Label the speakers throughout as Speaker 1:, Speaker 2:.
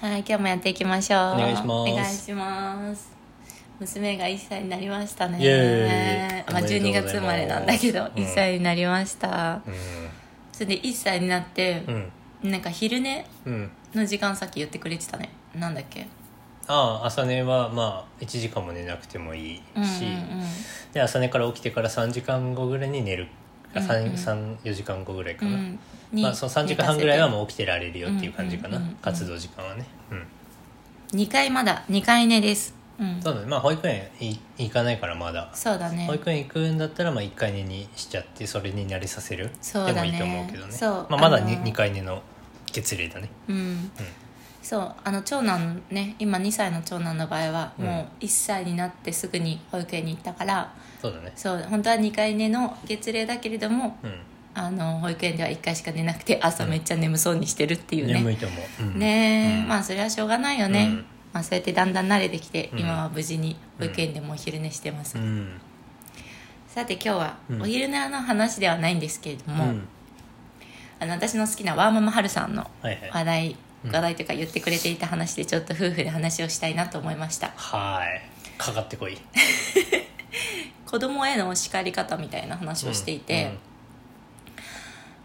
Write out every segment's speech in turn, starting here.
Speaker 1: はい、今日もやっていきましょう。お
Speaker 2: 願いします
Speaker 1: お願いします。娘が1歳になりましたね。
Speaker 2: イエーイ
Speaker 1: まあ、
Speaker 2: おめでとう
Speaker 1: 12
Speaker 2: ございます
Speaker 1: 月生まれなんだけど、
Speaker 2: うん
Speaker 1: 1歳になりました。
Speaker 2: う
Speaker 1: それで1歳になって、
Speaker 2: んうん
Speaker 1: なんか昼寝
Speaker 2: うん
Speaker 1: の時間さっき言ってくれてたね。なんだっけ
Speaker 2: ああ朝寝はまあ1時間も寝なくてもいいし、
Speaker 1: うんうん
Speaker 2: で朝寝から起きてから3時間後ぐらいに寝る
Speaker 1: うんうん
Speaker 2: 34時間後ぐらいか
Speaker 1: うん。う
Speaker 2: な、
Speaker 1: ん。に
Speaker 2: まあ、その3時間半ぐらいは
Speaker 1: 寝か
Speaker 2: もう起きてられるよっていう感じかな、
Speaker 1: うんうんうんうん
Speaker 2: 活動時間はね、うん、
Speaker 1: せて2回まだ、2回寝です。うん。
Speaker 2: そうだねまあ保育園い行かないからまだ
Speaker 1: そうだね
Speaker 2: 保。育園行くんだったらまあ1回寝にしちゃってそれに慣れさせる
Speaker 1: そうだね
Speaker 2: でもいいと思うけどね、
Speaker 1: そう
Speaker 2: まあ、まだ
Speaker 1: あのー
Speaker 2: 2, 回寝の月齢だね
Speaker 1: うん。そうあの長男ね今2歳の長男の場合はもう1歳になってすぐに保育園に行ったから、
Speaker 2: そうだね
Speaker 1: そう本当は2回寝の月齢だけれども
Speaker 2: うん
Speaker 1: あの保育園では1回しか寝なくて朝めっちゃ眠そうにしてるっていう
Speaker 2: 眠
Speaker 1: ね、
Speaker 2: いと思う、うん、
Speaker 1: ねえ、
Speaker 2: うん
Speaker 1: まあそれはしょうがないよね、
Speaker 2: うん
Speaker 1: まあ、そうやってだんだん慣れてきて
Speaker 2: うん
Speaker 1: 今は無事に保育園でもお昼寝してます、
Speaker 2: うん
Speaker 1: さて今日は
Speaker 2: うん
Speaker 1: お昼寝の話ではないんですけれど
Speaker 2: う
Speaker 1: も、
Speaker 2: ん
Speaker 1: あの私の好きなワーママハルさんの
Speaker 2: はいはい
Speaker 1: 話題
Speaker 2: うん
Speaker 1: 話題というか言ってくれていた話でちょっと夫婦で話をしたいなと思いました
Speaker 2: はいかかってこい
Speaker 1: 子供への叱り方みたいな話をしていて、
Speaker 2: うん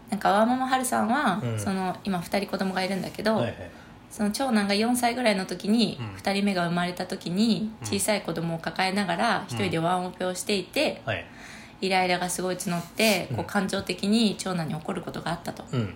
Speaker 1: なんかワーママハルさんは、
Speaker 2: うん
Speaker 1: その今2人子供がいるんだけ
Speaker 2: う
Speaker 1: ど、
Speaker 2: んはいはい
Speaker 1: その長男が4歳ぐらいの時に、
Speaker 2: うん
Speaker 1: 2人目が生まれた時に
Speaker 2: うん
Speaker 1: 小さい子供を抱えながら1人でワンオペをしていて、
Speaker 2: はい
Speaker 1: イライラがすごい募ってこう
Speaker 2: う
Speaker 1: ん感情的に長男に怒ることがあったと。
Speaker 2: うん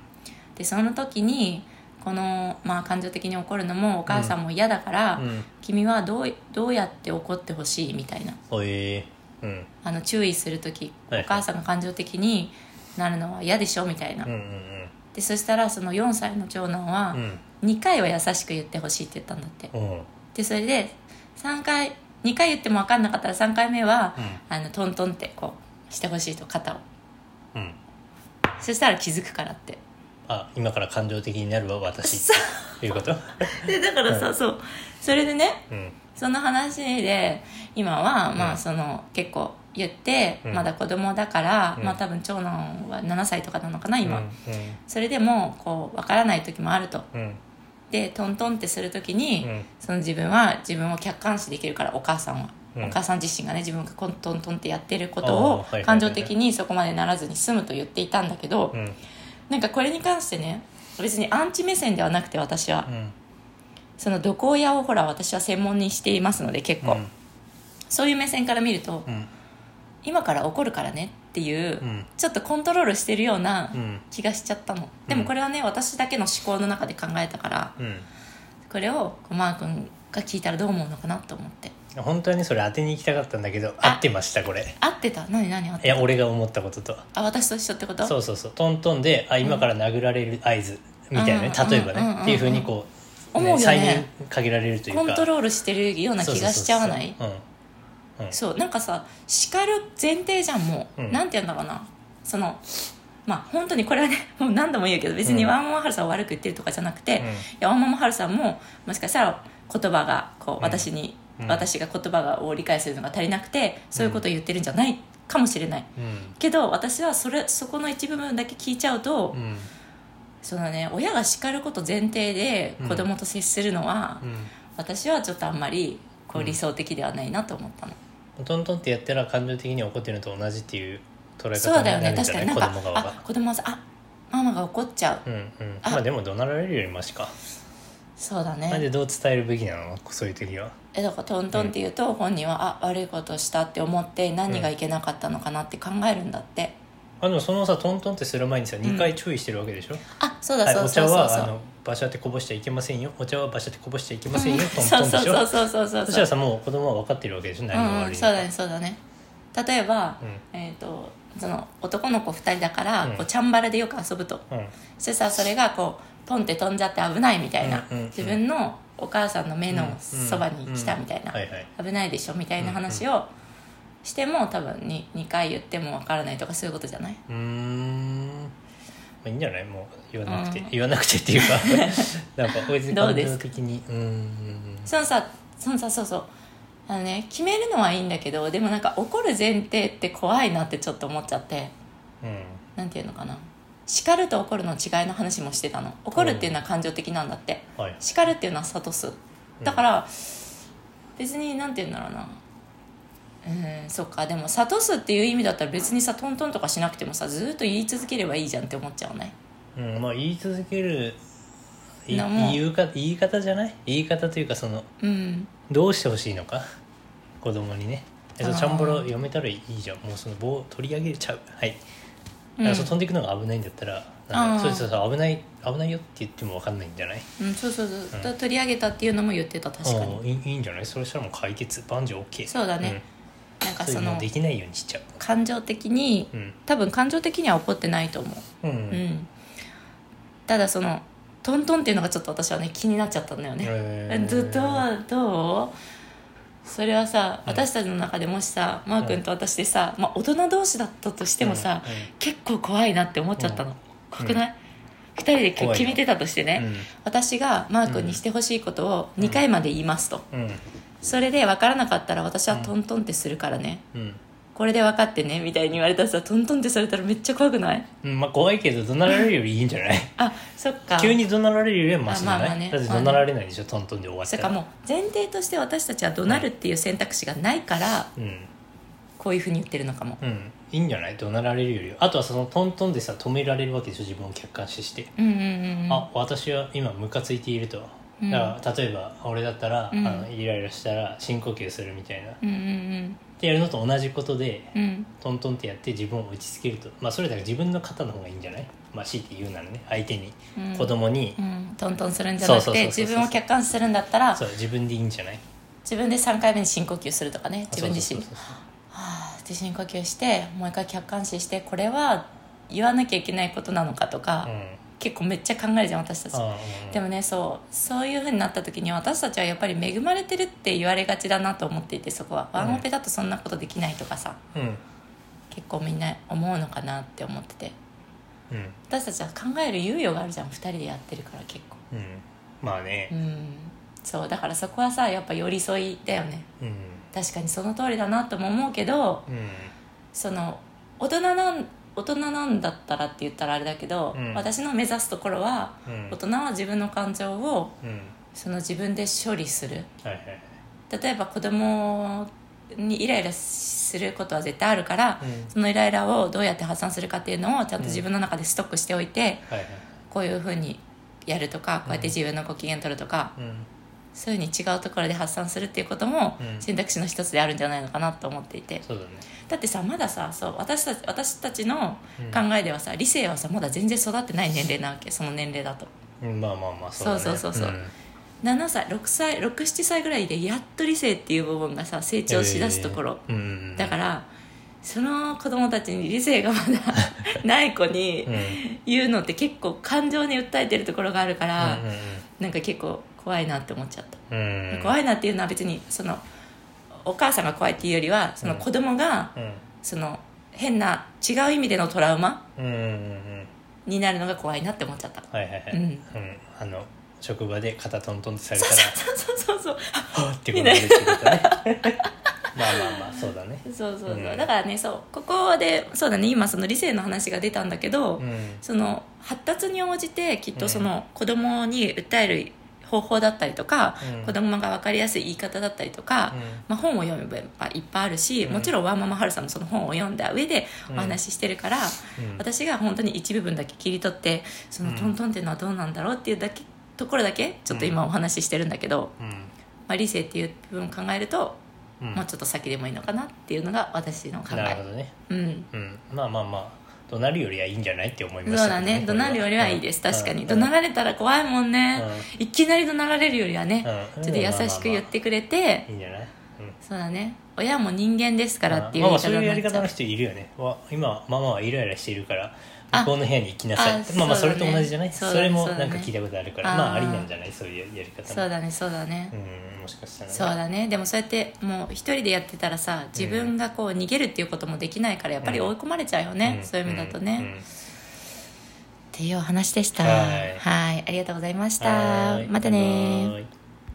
Speaker 1: でその時にこの、まあ、感情的に怒るのもお母さんも嫌だから、
Speaker 2: うん
Speaker 1: 君はどうどうやって怒ってほしいみたいな
Speaker 2: おいうん
Speaker 1: あの注意する時お
Speaker 2: はいはい
Speaker 1: 母さんが感情的になるのは嫌でしょみたいな、
Speaker 2: うんうん
Speaker 1: でそしたらその4歳の長男は
Speaker 2: うん
Speaker 1: 2回は優しく言ってほしいって言ったんだって
Speaker 2: うんうん
Speaker 1: でそれで3回2回言っても分かんなかったら3回目は、
Speaker 2: うん
Speaker 1: あのトントンってこうしてほしいと肩を
Speaker 2: うん
Speaker 1: そしたら気づくからって
Speaker 2: あ今から感情的になるわ私
Speaker 1: そ
Speaker 2: っていうこと
Speaker 1: でだからさ、
Speaker 2: う
Speaker 1: そうそれでね
Speaker 2: うん
Speaker 1: その話で今は、ま
Speaker 2: う
Speaker 1: あ
Speaker 2: ん
Speaker 1: その結構言って、
Speaker 2: うん
Speaker 1: まだ子供だから、
Speaker 2: うん
Speaker 1: まあ多分長男は7歳とかなのかな今、
Speaker 2: う
Speaker 1: それでもこう分からない時もあると
Speaker 2: んうん
Speaker 1: でトントンってする時に、
Speaker 2: うん
Speaker 1: その自分は自分を客観視できるからお母さんは、
Speaker 2: うん
Speaker 1: お母さん自身がね自分がコントントンってやってるこ
Speaker 2: あー
Speaker 1: と
Speaker 2: はいはいはい
Speaker 1: を
Speaker 2: はい
Speaker 1: 感情的にそこまでならずに済むと言っていたんだけど、
Speaker 2: うん
Speaker 1: なんかこれに関してね別にアンチ目線ではなくて私は、
Speaker 2: うん
Speaker 1: その毒親をほら私は専門にしていますので結構、
Speaker 2: うん
Speaker 1: そういう目線から見ると、
Speaker 2: うん
Speaker 1: 今から怒るからねっていう、
Speaker 2: うん
Speaker 1: ちょっとコントロールしてるような
Speaker 2: うん
Speaker 1: 気がしちゃったの、でもこれはね私だけの思考の中で考えたから
Speaker 2: うん
Speaker 1: これをこうマー君が聞いたらどう思うのかなと思って
Speaker 2: 本当はねそれ当てに行きたかったんだけど合ってましたこれ
Speaker 1: 合ってた何何合っ
Speaker 2: い
Speaker 1: て
Speaker 2: や俺が思ったことと
Speaker 1: あ私と一緒ってこと
Speaker 2: そうそうそうトントンであ今から殴られる合図みたいなね
Speaker 1: うん
Speaker 2: 例えば
Speaker 1: うんうんうんうん
Speaker 2: ねっていうふうにこう
Speaker 1: 思うよね
Speaker 2: 再現限られるという
Speaker 1: コ
Speaker 2: か
Speaker 1: ントロールしてるような気がしちゃわない
Speaker 2: そうそうそうそううん
Speaker 1: そうなんかさ叱る前提じゃんもう、
Speaker 2: うん
Speaker 1: なんて言うんだろうなそのまあ本当にこれはね もう何度も言うけど別に
Speaker 2: うん
Speaker 1: ワンママハルさんを悪く言ってるとかじゃなくて、
Speaker 2: うん
Speaker 1: いやワンママハルさんももしかしたら言葉がこう私に、
Speaker 2: うん
Speaker 1: 私が言葉を理解するのが足りなくてそういうことを言ってるんじゃないかもしれない、けど私はそれそこの一部分だけ聞いちゃうと、
Speaker 2: うんうん
Speaker 1: そのね親が叱ること前提で
Speaker 2: うん
Speaker 1: 子供と接するのは、
Speaker 2: うん
Speaker 1: 私はちょっとあんまりこう
Speaker 2: うん
Speaker 1: 理想的ではないなと思ったの、
Speaker 2: トントンってやったら感情的に怒ってるのと同じっていう捉え
Speaker 1: そう
Speaker 2: 方に
Speaker 1: だよ
Speaker 2: なる
Speaker 1: ね
Speaker 2: んじ
Speaker 1: 確か
Speaker 2: ゃな
Speaker 1: に
Speaker 2: い
Speaker 1: なんか
Speaker 2: 子供側
Speaker 1: あ
Speaker 2: は
Speaker 1: 子供はさあママが怒っちゃう、
Speaker 2: うんうん
Speaker 1: あ
Speaker 2: まあでも怒鳴られるよりマシか
Speaker 1: そうだ
Speaker 2: なんで
Speaker 1: ね
Speaker 2: どう伝えるべきなのそういう時は
Speaker 1: えだからトントンって言うと本人は、あ悪いことしたって思って何がいけなかったのかなって考えるんだって、
Speaker 2: あでもそのさトントンってする前にさ2回注意してるわけでしょ
Speaker 1: あそう
Speaker 2: は
Speaker 1: だ
Speaker 2: い
Speaker 1: そう
Speaker 2: お
Speaker 1: そ
Speaker 2: 茶
Speaker 1: うそう
Speaker 2: は
Speaker 1: そ
Speaker 2: あ
Speaker 1: う
Speaker 2: のバシャってこぼしちゃいけませんよお茶はバシャってこぼしちゃいけませんよトン
Speaker 1: そう
Speaker 2: トンで
Speaker 1: そう
Speaker 2: し
Speaker 1: そう
Speaker 2: ょ
Speaker 1: そうそうそう
Speaker 2: そしたらさもう子供は分かってるわけでしょ
Speaker 1: う
Speaker 2: 何
Speaker 1: ん
Speaker 2: が
Speaker 1: う
Speaker 2: 悪
Speaker 1: ん
Speaker 2: い
Speaker 1: そうだねそうだね例えば、
Speaker 2: う
Speaker 1: えっ、とその男の子2人だから、
Speaker 2: うん
Speaker 1: こうチャンバラでよく遊ぶと、
Speaker 2: うん
Speaker 1: そしてさそれがこうポンって飛んじゃって危ないみたいな、
Speaker 2: うんうんうん
Speaker 1: 自分のお母さんの目の
Speaker 2: うんうん
Speaker 1: そばに来たみたいな、
Speaker 2: はいはい
Speaker 1: 危ないでしょみたいな話をしても多分に2回言ってもわからないとかそういうことじゃないう
Speaker 2: ーんまあいいんじゃないもう言わなくて、
Speaker 1: うん
Speaker 2: 言わなく てっていうかなんか別に
Speaker 1: どう
Speaker 2: 感
Speaker 1: です
Speaker 2: 情的にうーん
Speaker 1: そのさそのさそうそうあのね決めるのはいいんだけどでもなんか怒る前提って怖いなってちょっと思っちゃって
Speaker 2: うん
Speaker 1: なんていうのかな叱ると怒るの違いの話もしてたの怒るっていうのは感情的なんだって
Speaker 2: はい
Speaker 1: 叱るっていうのは諭すだから、別になんて言うんだろうなうんそっかでも諭すっていう意味だったら別にさトントンとかしなくてもさずーっと言い続ければいいじゃんって思っちゃわない
Speaker 2: うんまあ言い続けるい
Speaker 1: なもう
Speaker 2: 言うか言い方じゃない言い方というかその
Speaker 1: うん
Speaker 2: どうしてほしいのか子供にねえそう
Speaker 1: あー
Speaker 2: チャンボロ読めたらいいじゃんもうその棒を取り上げちゃうはい、
Speaker 1: う
Speaker 2: だ
Speaker 1: ん
Speaker 2: からそう飛んでいくのが危ないんだったらな
Speaker 1: あ
Speaker 2: んだろう
Speaker 1: ー
Speaker 2: そうそうそう危ない危ないよって言っても分かんないんじゃない
Speaker 1: うん、そうそうそう、
Speaker 2: うん
Speaker 1: と取り上げたっていうのも言ってた確か
Speaker 2: う
Speaker 1: に
Speaker 2: んいいいいんじゃないそれしたらもう解決万事 OK
Speaker 1: そうだね、なん
Speaker 2: う
Speaker 1: か
Speaker 2: ん、そうい
Speaker 1: そう
Speaker 2: の
Speaker 1: の
Speaker 2: できないようにしちゃう
Speaker 1: 感情的に
Speaker 2: うん
Speaker 1: 多分感情的には怒ってないと思
Speaker 2: うん、
Speaker 1: う、うん、ただそのトントンっていうのがちょっと私はね気になっちゃったんだよね、
Speaker 2: へー
Speaker 1: ずっとどうそれはさ私たちの中でもしさ、マー君と私でさ、まあ、大人同士だったとしてもさ、
Speaker 2: うんうん
Speaker 1: 結構怖いなって思っちゃったの、
Speaker 2: うん
Speaker 1: 怖くない、二人で
Speaker 2: 怖いよ
Speaker 1: 決めてたとしてね、私がマー君にしてほしいことを2回まで言いますと、
Speaker 2: うんうん
Speaker 1: それで分からなかったら私はトントンってするからね、
Speaker 2: うん
Speaker 1: これで分かってねみたいに言われたらさトントンってされたらめっちゃ怖くない
Speaker 2: うんまあ怖いけど怒鳴られるよりいいんじゃない
Speaker 1: あそっか
Speaker 2: 急に怒鳴られるよりはマシじゃない、
Speaker 1: あまあまあね
Speaker 2: だって怒鳴られないでしょトントンで終わっ
Speaker 1: そ
Speaker 2: た
Speaker 1: っからもう前提として私たちは怒鳴るっていう選択肢がないから
Speaker 2: うん
Speaker 1: こういうふうに言ってるのかも
Speaker 2: うんいいんじゃない怒鳴られるよりはあとはそのトントンでさ止められるわけでしょ自分を客観視して、
Speaker 1: うんうんうんうん
Speaker 2: あ私は今ムカついていると
Speaker 1: うん
Speaker 2: だから例えば俺だったら、
Speaker 1: うん
Speaker 2: あのイライラしたら深呼吸するみたいなっ
Speaker 1: うんうん
Speaker 2: てやるのと同じことで
Speaker 1: うんうん
Speaker 2: トントンってやって自分を打ちつけるとまあそれだけ自分の肩の方がいいんじゃないまあ強いて言うならね相手に、
Speaker 1: うん
Speaker 2: 子供に、
Speaker 1: うんトントンするんじゃな
Speaker 2: そ
Speaker 1: く
Speaker 2: うそ
Speaker 1: て
Speaker 2: うそうそう
Speaker 1: 自分を客観視するんだったら
Speaker 2: そう自分でいいんじゃない
Speaker 1: 自分で3回目に深呼吸するとかね自分自身
Speaker 2: そうそうそう
Speaker 1: はあ自信呼吸してもう一回客観視してこれは言わなきゃいけないことなのかとか、
Speaker 2: そううん
Speaker 1: 結構めっちゃ考えるじゃん私たち
Speaker 2: ああ
Speaker 1: でもねそうそういうふうになった時に私たちはやっぱり恵まれてるって言われがちだなと思っていてそこはワンオペだとそんなことできないとかさ、
Speaker 2: うんうん
Speaker 1: 結構みんな思うのかなって思ってて
Speaker 2: うん
Speaker 1: 私たちは考える猶予があるじゃん2人でやってるから結構
Speaker 2: うんまあ
Speaker 1: う
Speaker 2: ね
Speaker 1: んそうだからそこはさやっぱ寄り添いだよね
Speaker 2: うん
Speaker 1: 確かにその通りだなとも思うけど
Speaker 2: うん
Speaker 1: その大人なん大人なんだったらって言ったらあれだけど、
Speaker 2: うん
Speaker 1: 私の目指すところは
Speaker 2: うん
Speaker 1: 大人は自分の感情を
Speaker 2: うん
Speaker 1: その自分で処理する
Speaker 2: はいはい
Speaker 1: 例えば子供にイライラすることは絶対あるから、
Speaker 2: うん
Speaker 1: そのイライラをどうやって発散するかっていうのをちゃんと自分の中でストックしておいて、
Speaker 2: はいはい
Speaker 1: こういうふうにやるとかこうやって自分のご機嫌取るとか、
Speaker 2: うん
Speaker 1: そういうふうに違うところで発散するっていうことも
Speaker 2: うん
Speaker 1: 選択肢の一つであるんじゃないのかなと思っていて、
Speaker 2: そうだね
Speaker 1: だってさまださそう私たち私たちの
Speaker 2: うん
Speaker 1: 考えではさ、理性はさまだ全然育ってない年齢なわけその年齢だと
Speaker 2: うんまあまあまあそうだね
Speaker 1: そうそうそうそうん7歳6歳67歳ぐらいでやっと理性っていう部分がさ成長しだすところ、
Speaker 2: えーうん
Speaker 1: だかららその子供たちに理性がま だない子に
Speaker 2: うんうん
Speaker 1: 言うのって結構感情に訴えてるところがあるから、
Speaker 2: う
Speaker 1: なんか結構怖いなって思っちゃった、
Speaker 2: んうん
Speaker 1: 怖いなっていうのは別にそのお母さんが怖いっていうよりはその子供が
Speaker 2: うん
Speaker 1: その変な違う意味でのトラウマ
Speaker 2: うんうんうん
Speaker 1: になるのが怖いなって思っちゃった
Speaker 2: はいはいはい
Speaker 1: うん
Speaker 2: うんあの職場で肩トントンってされたら
Speaker 1: そうそうそう
Speaker 2: はぁってことができるからねまあまあまあそうだね
Speaker 1: そうそうそう、
Speaker 2: うん
Speaker 1: だからねそうここでそうだね今その理性の話が出たんだけど、
Speaker 2: うん
Speaker 1: その発達に応じてきっとその子供に訴える方法だったりとか、
Speaker 2: うん
Speaker 1: 子供が分かりやすい言い方だったりとか、
Speaker 2: うん
Speaker 1: まあ、本を読めばいっぱいあるし、
Speaker 2: うん
Speaker 1: もちろんワンママハルさんもその本を読んだ上で
Speaker 2: う
Speaker 1: お
Speaker 2: ん
Speaker 1: 話ししてるから、
Speaker 2: うん
Speaker 1: 私が本当に一部分だけ切り取ってそのトントンっていうのはどうなんだろうっていうだけところだけちょっと今お話ししてるんだけど、まあ、理性っていう部分を考えると、
Speaker 2: うんうん
Speaker 1: もうちょっと先でもいいのかなっていうのが私の考
Speaker 2: なるほ
Speaker 1: え、
Speaker 2: どね
Speaker 1: うん、
Speaker 2: うん、まあまあまあ怒鳴るよりはいいんじゃないって思い
Speaker 1: そう
Speaker 2: ました
Speaker 1: だね怒鳴るよりはいいです確かに怒鳴
Speaker 2: る
Speaker 1: られたら怖いもんね、いきなり怒鳴られるよりはね、
Speaker 2: うん
Speaker 1: ちょっと優しく言ってくれて、
Speaker 2: いいんじゃないうん
Speaker 1: そうだね親も人間ですからっていう
Speaker 2: ま
Speaker 1: 言い
Speaker 2: あまあそう
Speaker 1: 方
Speaker 2: いう
Speaker 1: にな
Speaker 2: や
Speaker 1: っ
Speaker 2: り
Speaker 1: ちゃ
Speaker 2: 方の
Speaker 1: う
Speaker 2: 人いるよねわ今ママはイライラしているから
Speaker 1: あ
Speaker 2: 向こうの部屋に行きなさい
Speaker 1: あ
Speaker 2: まあまあ
Speaker 1: そ
Speaker 2: そうれ
Speaker 1: だね
Speaker 2: と同じじゃない
Speaker 1: そ
Speaker 2: そう
Speaker 1: だ
Speaker 2: れも
Speaker 1: そうだね
Speaker 2: なんか聞いたことあるから
Speaker 1: あー
Speaker 2: まあありなんじゃないそういうやり方も
Speaker 1: そうだねそうだね、
Speaker 2: うんもしかしたらね
Speaker 1: そうだねでもそうやってもう一人でやってたらさ自分がこう逃げるっていうこともできないからやっぱり追い込まれちゃうよね、
Speaker 2: ん
Speaker 1: そういう意味だとね、
Speaker 2: うん
Speaker 1: っ
Speaker 2: うん
Speaker 1: ていうお話でした
Speaker 2: はい
Speaker 1: はいありがとうございました
Speaker 2: はーい
Speaker 1: またね
Speaker 2: バイバイ